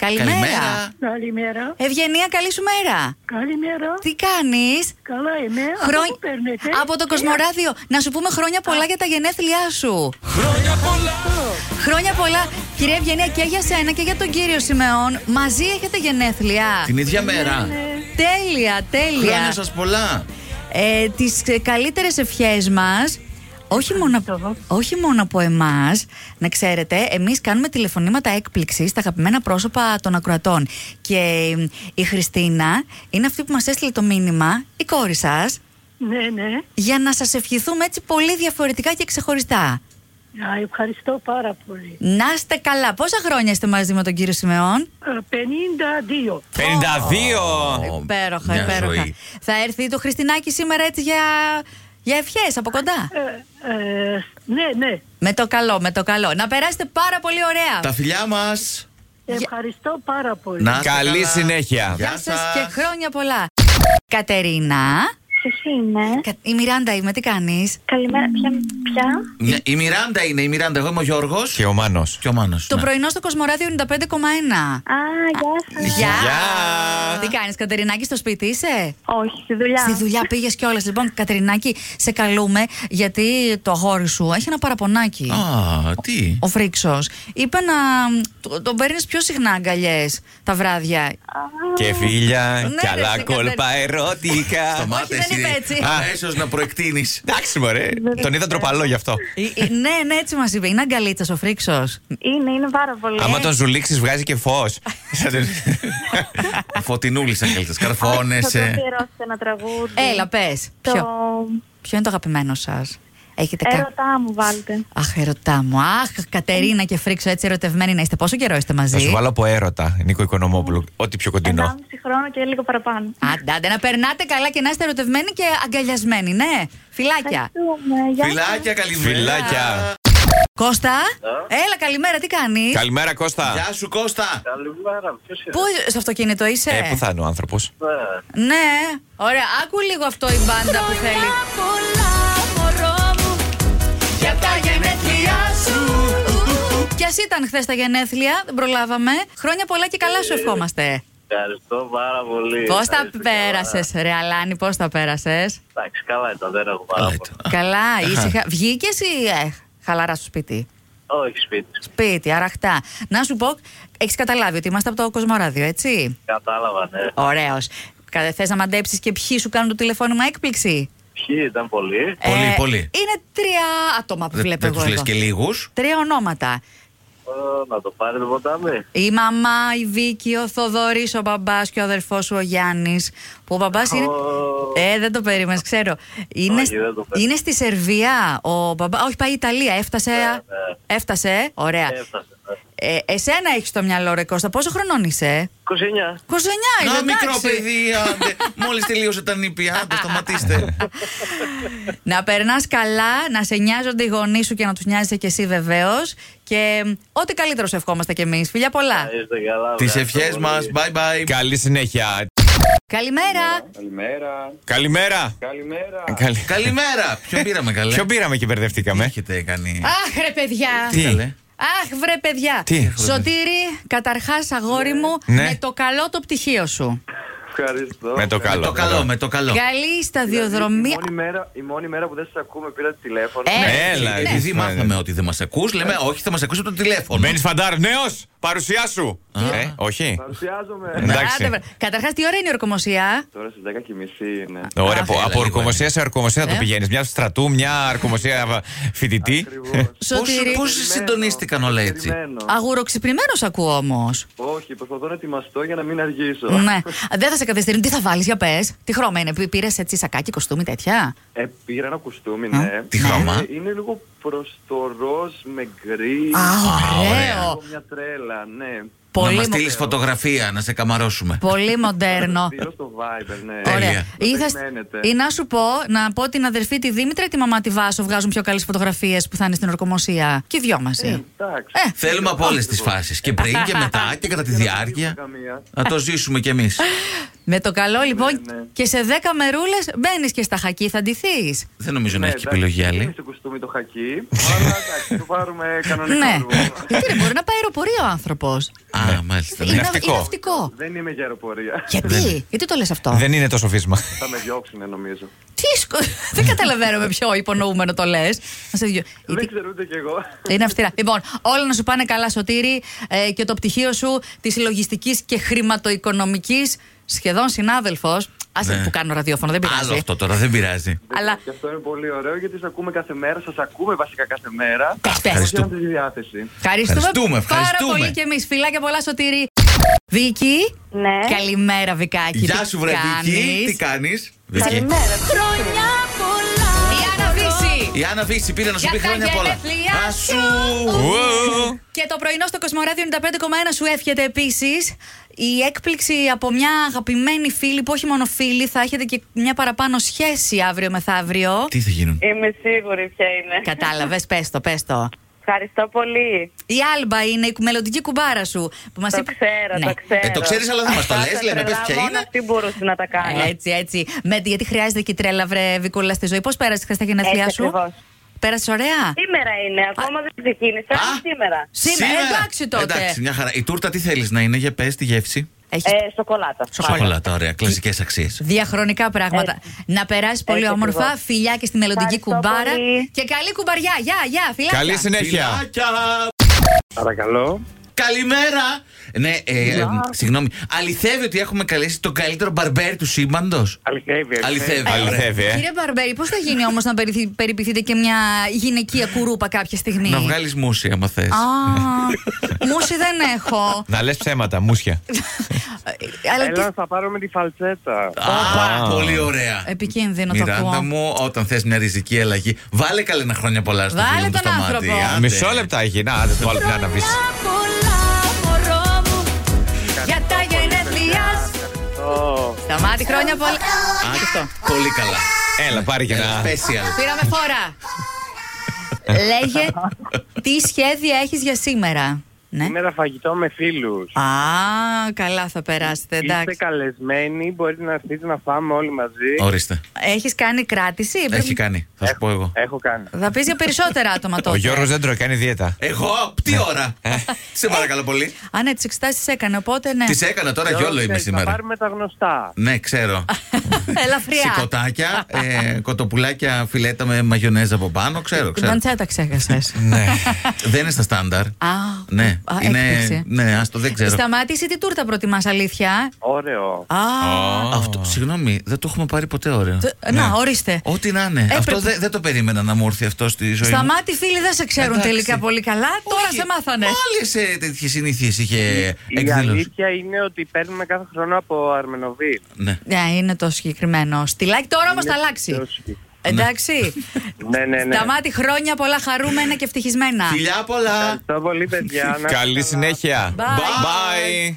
Καλημέρα. Καλημέρα. Καλημέρα. Ευγενία, καλή σου μέρα. Καλημέρα. Τι κάνεις. Καλά είμαι. Από πού παίρνετε. Από το Κοσμοράδιο. Να σου πούμε χρόνια πολλά για τα γενέθλιά σου. Χρόνια πολλά. Χρόνια πολλά, κυρία Ευγενία, και για σένα και για τον κύριο Σιμεών. Μαζί έχετε γενέθλια. Την ίδια μέρα. Τέλεια, τέλεια. Χρόνια σας πολλά. ε, τις ε, καλύτερες ευχές μας όχι μόνο, όχι μόνο από εμάς, να ξέρετε, εμείς κάνουμε τηλεφωνήματα έκπληξης στα αγαπημένα πρόσωπα των ακροατών. Και ε, η Χριστίνα είναι αυτή που μας έστειλε το μήνυμα, η κόρη σας, Ναι, ναι. για να σας ευχηθούμε έτσι πολύ διαφορετικά και ξεχωριστά. Α, ευχαριστώ πάρα πολύ. Να είστε καλά. Πόσα χρόνια είστε μαζί με τον κύριο Σιμεών, Ε, 52. 52. Υπέροχα, μια υπέροχα. ζωή. Θα έρθει το Χριστινάκι σήμερα έτσι για, για ευχές από κοντά. Ε, ε, ναι, ναι. Με το καλό, με το καλό. Να περάσετε πάρα πολύ ωραία. Τα φιλιά μας. Ευχαριστώ πάρα πολύ. Να είστε Καλή καλά. συνέχεια. Γεια σας σας. και χρόνια πολλά. Κατερίνα. Ποιος είναι. Κα- Η Μιράντα είμαι, τι κάνεις. ναι. Καλημέρα. Ποια. ποια? Ναι, Η Μιράντα είναι, η Μιράντα. Εγώ είμαι ο Γιώργος Και ο Μάνος. και ο Μάνος. Το ναι. πρωινό στο Κοσμοράδιο 95,1. Α, γεια σας. Γεια! Γεια. Τι κάνεις, Κατερινάκη, στο σπίτι είσαι. Όχι, στη δουλειά. Στη δουλειά πήγες κιόλας. Λοιπόν, Κατερινάκη, σε καλούμε γιατί το αγόρι σου έχει ένα παραπονάκι. Α, τι. Ο Φρίξος. Είπε να μ, το- τον παίρνεις πιο συχνά αγκαλιές τα βράδια. Και Ναι, φίλια, ρε, καλά εσύ, κόλπα Κατερίνα. ερωτικά. Όχι, δεν εσύ. είπε έτσι. Α, ίσως να προεκτείνεις. Εντάξει, μωρέ. Τον είδα τροπαλό γι' αυτό. Ε, ε, ναι, ναι, έτσι μας είπε. Είναι αγκαλίτσα ο Φρίξος. Είναι, είναι πάρα πολύ. Άμα τον ζουλήξεις, βγάζει και φως. Φωτεινούλη σαν καλύτερα. Θα το Καρφώνεσαι. αφιερώσετε ένα τραγούδι. Έλα, πες. Ναι. Το Ποιο, ποιο είναι το αγαπημένο σας. Έχετε κα- έρωτά μου βάλτε. Αχ, ερωτά μου. Αχ, Κατερίνα και Φρίξο, έτσι ερωτευμένοι να είστε. Πόσο καιρό είστε Θα σου μαζί. βάλω από έρωτα, Νίκο Οικονομόπουλου. Ό,τι πιο κοντινό. Ενάμιση χρόνο και λίγο παραπάνω. Άντε, άντε, να περνάτε καλά και να είστε ερωτευμένοι και αγκαλιασμένοι, ναι. Φιλάκια. Ευχαριστούμε. Γεια σας. Φιλάκια, καλημέρα. Φιλάκια. Κώστα, έλα, καλημέρα, τι κάνεις. Καλημέρα, Κώστα. Γεια σου Κώστα. Καλημέρα, ποιος είναι. Πού στο αυτοκίνητο είσαι. Ε, πού θα είναι ο άνθρωπος. Ναι. Ναι, ωραία, άκου λίγο αυτό η μπάντα που θέλει. Κι α ήταν χθες τα γενέθλια, δεν προλάβαμε. Χρόνια πολλά και καλά σου ευχόμαστε. Ευχαριστώ πάρα πολύ. Πώς τα Ε, Ευχαριστώ πέρασες, Ρε Αλάνη, πώς τα πέρασες. καλά. Εντάξει, καλά ήταν, δεν έχω πάρα Καλά πολύ. ήταν. Καλά, ήσυχα. Βγήκες ή ε, χαλαρά στο σπίτι. Όχι σπίτι. Σπίτι, αραχτά. Να σου πω, έχεις καταλάβει ότι είμαστε από το Κοσμοράδιο, έτσι. Κατάλαβα, ναι. Ωραίος. Θες να μαντέψεις και ποιοι σου κάνουν το τηλεφώνημα έκπληξη. Ποιοι ήταν πολλοί. Πολύ, πολύ. Είναι τρία άτομα που Δεν- Ε, βλέπω Δεν εγώ. τους λες εδώ. και λίγους. Τρία ονόματα. Ε, να το πάρει το ποτάμι. Η μαμά, η Βίκη, ο Θοδωρής, ο μπαμπάς και ο αδερφός σου ο Γιάννης. Που ο μπαμπάς είναι. Ω. Ε, δεν το περίμενες, ξέρω. Είναι, Όχι, δεν το περίμενα. είναι στη Σερβία ο μπαμπά. Όχι, πάει η Ιταλία. Έφτασε. ναι. Έφτασε. Ωραία. Έφτασε. ναι. Ε, εσένα έχεις στο μυαλό, ρε Κώστα. Πόσο χρονών είσαι, 29. 29 είναι. Να μικρό εντάξει. παιδί, άντε. Μόλις τελείωσε τα νήπια, άντε σταματήστε. Να περνάς καλά, να σε νοιάζονται οι γονείς σου και να τους νοιάζεσαι κι εσύ βεβαίως. Και μ, ό,τι καλύτερο σου ευχόμαστε κι εμείς. Φιλιά πολλά. Να Είστε καλά. Τις ευχαριστώ ευχές πολύ. μας, bye bye. Καλή συνέχεια. Καλημέρα. Καλημέρα. Καλημέρα. Καλημέρα. Καλη- Καλημέρα. Ποιο πήραμε καλέ. Ποιο πήραμε και μπερδευτήκαμε. έχετε κάνει. Αχ, ρε παιδιά. Τι καλέ. Αχ, βρε παιδιά. Τι έχω, ρε. Σωτήρη, καταρχάς αγόρι μου, Ναι. με το καλό το πτυχίο σου. Ευχαριστώ. Με το Με καλό. το καλό, με το καλό. Καλή Η σταδιοδρομία. μόνη, μέρα, η μόνη μέρα που δεν σας ακούμε πήρα τηλέφωνο. Ε, Έλα, Επειδή εσύ, μάθαμε ότι δεν μας ακούς, λέμε όχι, θα μας ακούσει από το τηλέφωνο. Μπαίνει φαντάρ, νέος! Παρουσιά σου! Ε, όχι. Παρουσιάζομαι. Άντε, Εντάξει. βρε. Καταρχάς, τι ώρα είναι η ορκομοσία. Τώρα στις 10.30 είναι. Ωραία, από, Έλα, από λίγο ορκομοσία είναι. σε ορκομοσία το Ε. πηγαίνεις. Μια στρατού, μια ορκομοσία φοιτητή. Ακριβώς. Σωτήρη, Πώς συντονίστηκαν όλα έτσι. Περιμένω. αγουροξυπνημένος ακούω όμως. Όχι, προσπαθώ να ετοιμαστώ για να μην αργήσω. Ναι. Δεν θα σε καθυστερούν. Τι θα βάλεις, για πες. Τι χρώμα είναι, πή- πήρες έτσι σακάκι, κοστούμι, τέτοια. Ε, πήρα ένα κουστούμι, ναι. τι χρώμα? Ε, Είναι λίγο προς το ροζ με γκρι. Α, ωραίο. Έχω μια τρέλα, ναι. Να Πολύ, μας μο- στείλεις φωτογραφία, να σε καμαρώσουμε. πολύ μοντέρνο. Πήρα στο Viber, ναι. Τέλεια. Ωραία. Ή, θα- Περιμένετε. ή να σου πω, να πω την αδερφή τη Δήμητρα ή τη μαμά τη Βάσο βγάζουν πιο καλές φωτογραφίες που θα είναι στην ορκομοσία. Και οι δυο μαζί. Εντάξει. Ε, Θέλουμε από όλες τις φάσεις. Και πριν και μετά και κατά τη διάρκεια. καμία. Να το ζήσουμε κι εμείς. Με το καλό λοιπόν ναι. και σε 10 μερούλες μπαίνεις και στα χακί, θα ντυθείς. Δεν νομίζω να Ναι, έχει και εντάξει, επιλογή δεν άλλη. Είναι στο κουστούμι το χακί, αλλά εντάξει, το πάρουμε κανονικά. λοιπόν. Ναι. λίγο. Γιατί δεν μπορεί να πάει αεροπορία ο άνθρωπος. Α, μάλιστα. Είναι ναι. ναυτικό. ναυτικό. Δεν είμαι για αεροπορία. Γιατί, γιατί το λες αυτό. Δεν είναι τόσο φύσμα. Θα με διώξουν νομίζω. Τι σκο... δεν καταλαβαίνω με ποιο υπονοούμενο το λες. Δεν ξέρω ούτε κι εγώ. Είναι αυστηρά. Λοιπόν, όλα να σου πάνε καλά, Σωτήρη, ε, και το πτυχίο σου της λογιστικής και χρηματοοικονομικής, σχεδόν συνάδελφος. Άσε Ναι. που κάνω ραδιόφωνο, δεν πειράζει. Άλλο αυτό τώρα, δεν πειράζει. Αλλά Και αυτό είναι πολύ ωραίο γιατί σας ακούμε κάθε μέρα, σας ακούμε βασικά κάθε μέρα. πες, πες. Ευχαριστώ. τη διάθεση. Ευχαριστούμε, Ευχαριστούμε, πάρα ευχαριστούμε. πολύ και εμείς. Φιλάκια πολλά, Σωτήρη. Βίκυ. Ναι. Ε? Καλημέρα, Βικάκη. Γεια Τι σου, βρε Βίκυ. κάνεις? Τι κάνεις. Καλημέρα. Χρόνια πολλά. Η Άννα Βύση. Η Άννα Φύση πήρε να σου Για πει τα χρόνια πολλά. γενέθλιά Ασού! Ου. Και το πρωινό στο Κοσμοράδιο 95,1 σου εύχεται επίσης. Η έκπληξη από μια αγαπημένη φίλη, που όχι μόνο φίλη, θα έχετε και μια παραπάνω σχέση αύριο μεθαύριο. Τι θα γίνουν. Είμαι σίγουρη ποια είναι. Κατάλαβες, πες το, πες το. Ε. Ευχαριστώ πολύ. Η Άλμπα είναι η μελλοντική κουμπάρα σου. Που μας Το είπε... ξέρω, Ναι. το ξέρω. Ε, το ξέρεις, αλλά δεν μας το Αυτά λες, τα λέμε, πες τρελά ποια μόνο είναι. Αυτή μπορούσε να τα κάνει. Ε, Έτσι, έτσι. Με, γιατί χρειάζεται και η τρέλα, βρε Βικούλα, στη ζωή. Πώς πέρασε χθε τα γενέθλιά Έτσι σου, ακριβώς. Πέρασε ωραία. Σήμερα είναι, ακόμα δεν ξεκίνησα, Α. αλλά σήμερα. Σήμερα, εντάξει τότε. Εντάξει, μια χαρά. Η τούρτα τι θέλεις να είναι για πες τη γεύση. Έχεις Ε, σοκολάτα. Σοκολάτα, ωραία. Κλασικές αξίες. διαχρονικά πράγματα. Να περάσει πολύ Έτσι όμορφα. ακριβώς. Φιλιά και στη μελλοντική Ευχαριστώ κουμπάρα. πολύ. Και καλή κουμπαριά. Γεια, γεια, φιλάκια. Καλή συνέχεια. Παρακαλώ. Καλημέρα! Ναι, ε, ε, συγγνώμη. Αληθεύει ότι έχουμε καλέσει τον καλύτερο μπαρμπέρ του σύμπαντος. Αληθεύει. ε. Αληθεύει. ωραία. Αληθεύει, ε. Κύριε Μπαρμπέρη, πώς θα γίνει όμως να περιθυ- περιποιηθείτε και μια γυναικεία κουρούπα κάποια στιγμή. Να βγάλεις μουσική, άμα θες. Α, μουσι δεν έχω. Να λες ψέματα, μουσια. Ε, Αλλά Έλα, και θα πάρω με τη φαλτσέτα. Όπα. πολύ ωραία. επικίνδυνο το Μιράντα ακούω. μου, όταν θες μια ριζική αλλαγή, βάλε καλένα χρόνια πολλά στο Βάλε φίλο μου τον στο μάτι. άνθρωπο. Άντε. Μισό λεπτά έχει. Να, δεν το άλλο να βρεις. Πολλά, πολλά, μωρό μου. Για τα γενέθλιά σου. Σταμάτη, χρόνια πολλά. Α, Πολύ καλά. Έλα, πάρει και Ένα ένα. special. Πήραμε φορά. Λέγε, τι σχέδια έχεις για σήμερα. Ναι. Σήμερα φαγητό με φίλους. Α, καλά θα περάσετε, Είστε εντάξει. καλεσμένοι, μπορείτε να έρθετε να φάμε όλοι μαζί. Ορίστε. Έχεις κάνει κράτηση. Έχει πρέπει- κάνει. Θα σου πω εγώ. Έχω κάνει. Θα πεις για περισσότερα άτομα τότε. Ο Γιώργος δεν τρώει, κάνει δίαιτα. Εγώ, τι ώρα. Ναι. Ε. Σε παρακαλώ πολύ. Α, ναι, τις εξετάσεις έκανε, οπότε ναι. Τις έκανα τώρα, γιόλο είμαι Ξέρεις, Θα σήμερα. πάρουμε τα γνωστά. Ναι, ξέρω. Ελαφριά. Σικοτάκια, ε, κοτοπουλάκια, φιλέτα με μαγιονέζα από πάνω, ξέρω, Την ξέρω. παντσέτα ξέχασες. Ναι. δεν είναι στα στάνταρ. Α, ναι, α, έκπληξη. είναι. Ναι, άστο, δεν ξέρω. Σταμάτησε τι τούρτα προτιμάς, αλήθεια. Ωραίο. Α, Αυτό, συγγνώμη, δεν το έχουμε πάρει ποτέ ωραίο. Τε- να, ναι. ορίστε. Ό,τι να είναι. Έπρεπε. Αυτό δεν δεν το περίμενα να μου έρθει αυτό στη ζωή μου. Σταμάτη φίλοι δεν σε ξέρουν Εντάξει. τελικά πολύ καλά. Τώρα σε μάθανε. Όλε ε, τέτοιες συνήθειες είχε Η εκδήλωση. αλήθεια είναι ότι παίρνουμε κάθε χρόνο από Αρμενοβίλ. Ναι. Ναι, είναι το συγκεκριμένο. Στυλάκι τώρα όμως θα αλλάξει. Εντάξει. Ναι, ναι, ναι. Σταμάτη χρόνια πολλά χαρούμενα και ευτυχισμένα. Φιλιά πολλά. Ευχαριστώ πολύ, παιδιά. Να είστε Καλή καλά. συνέχεια. Bye. Bye.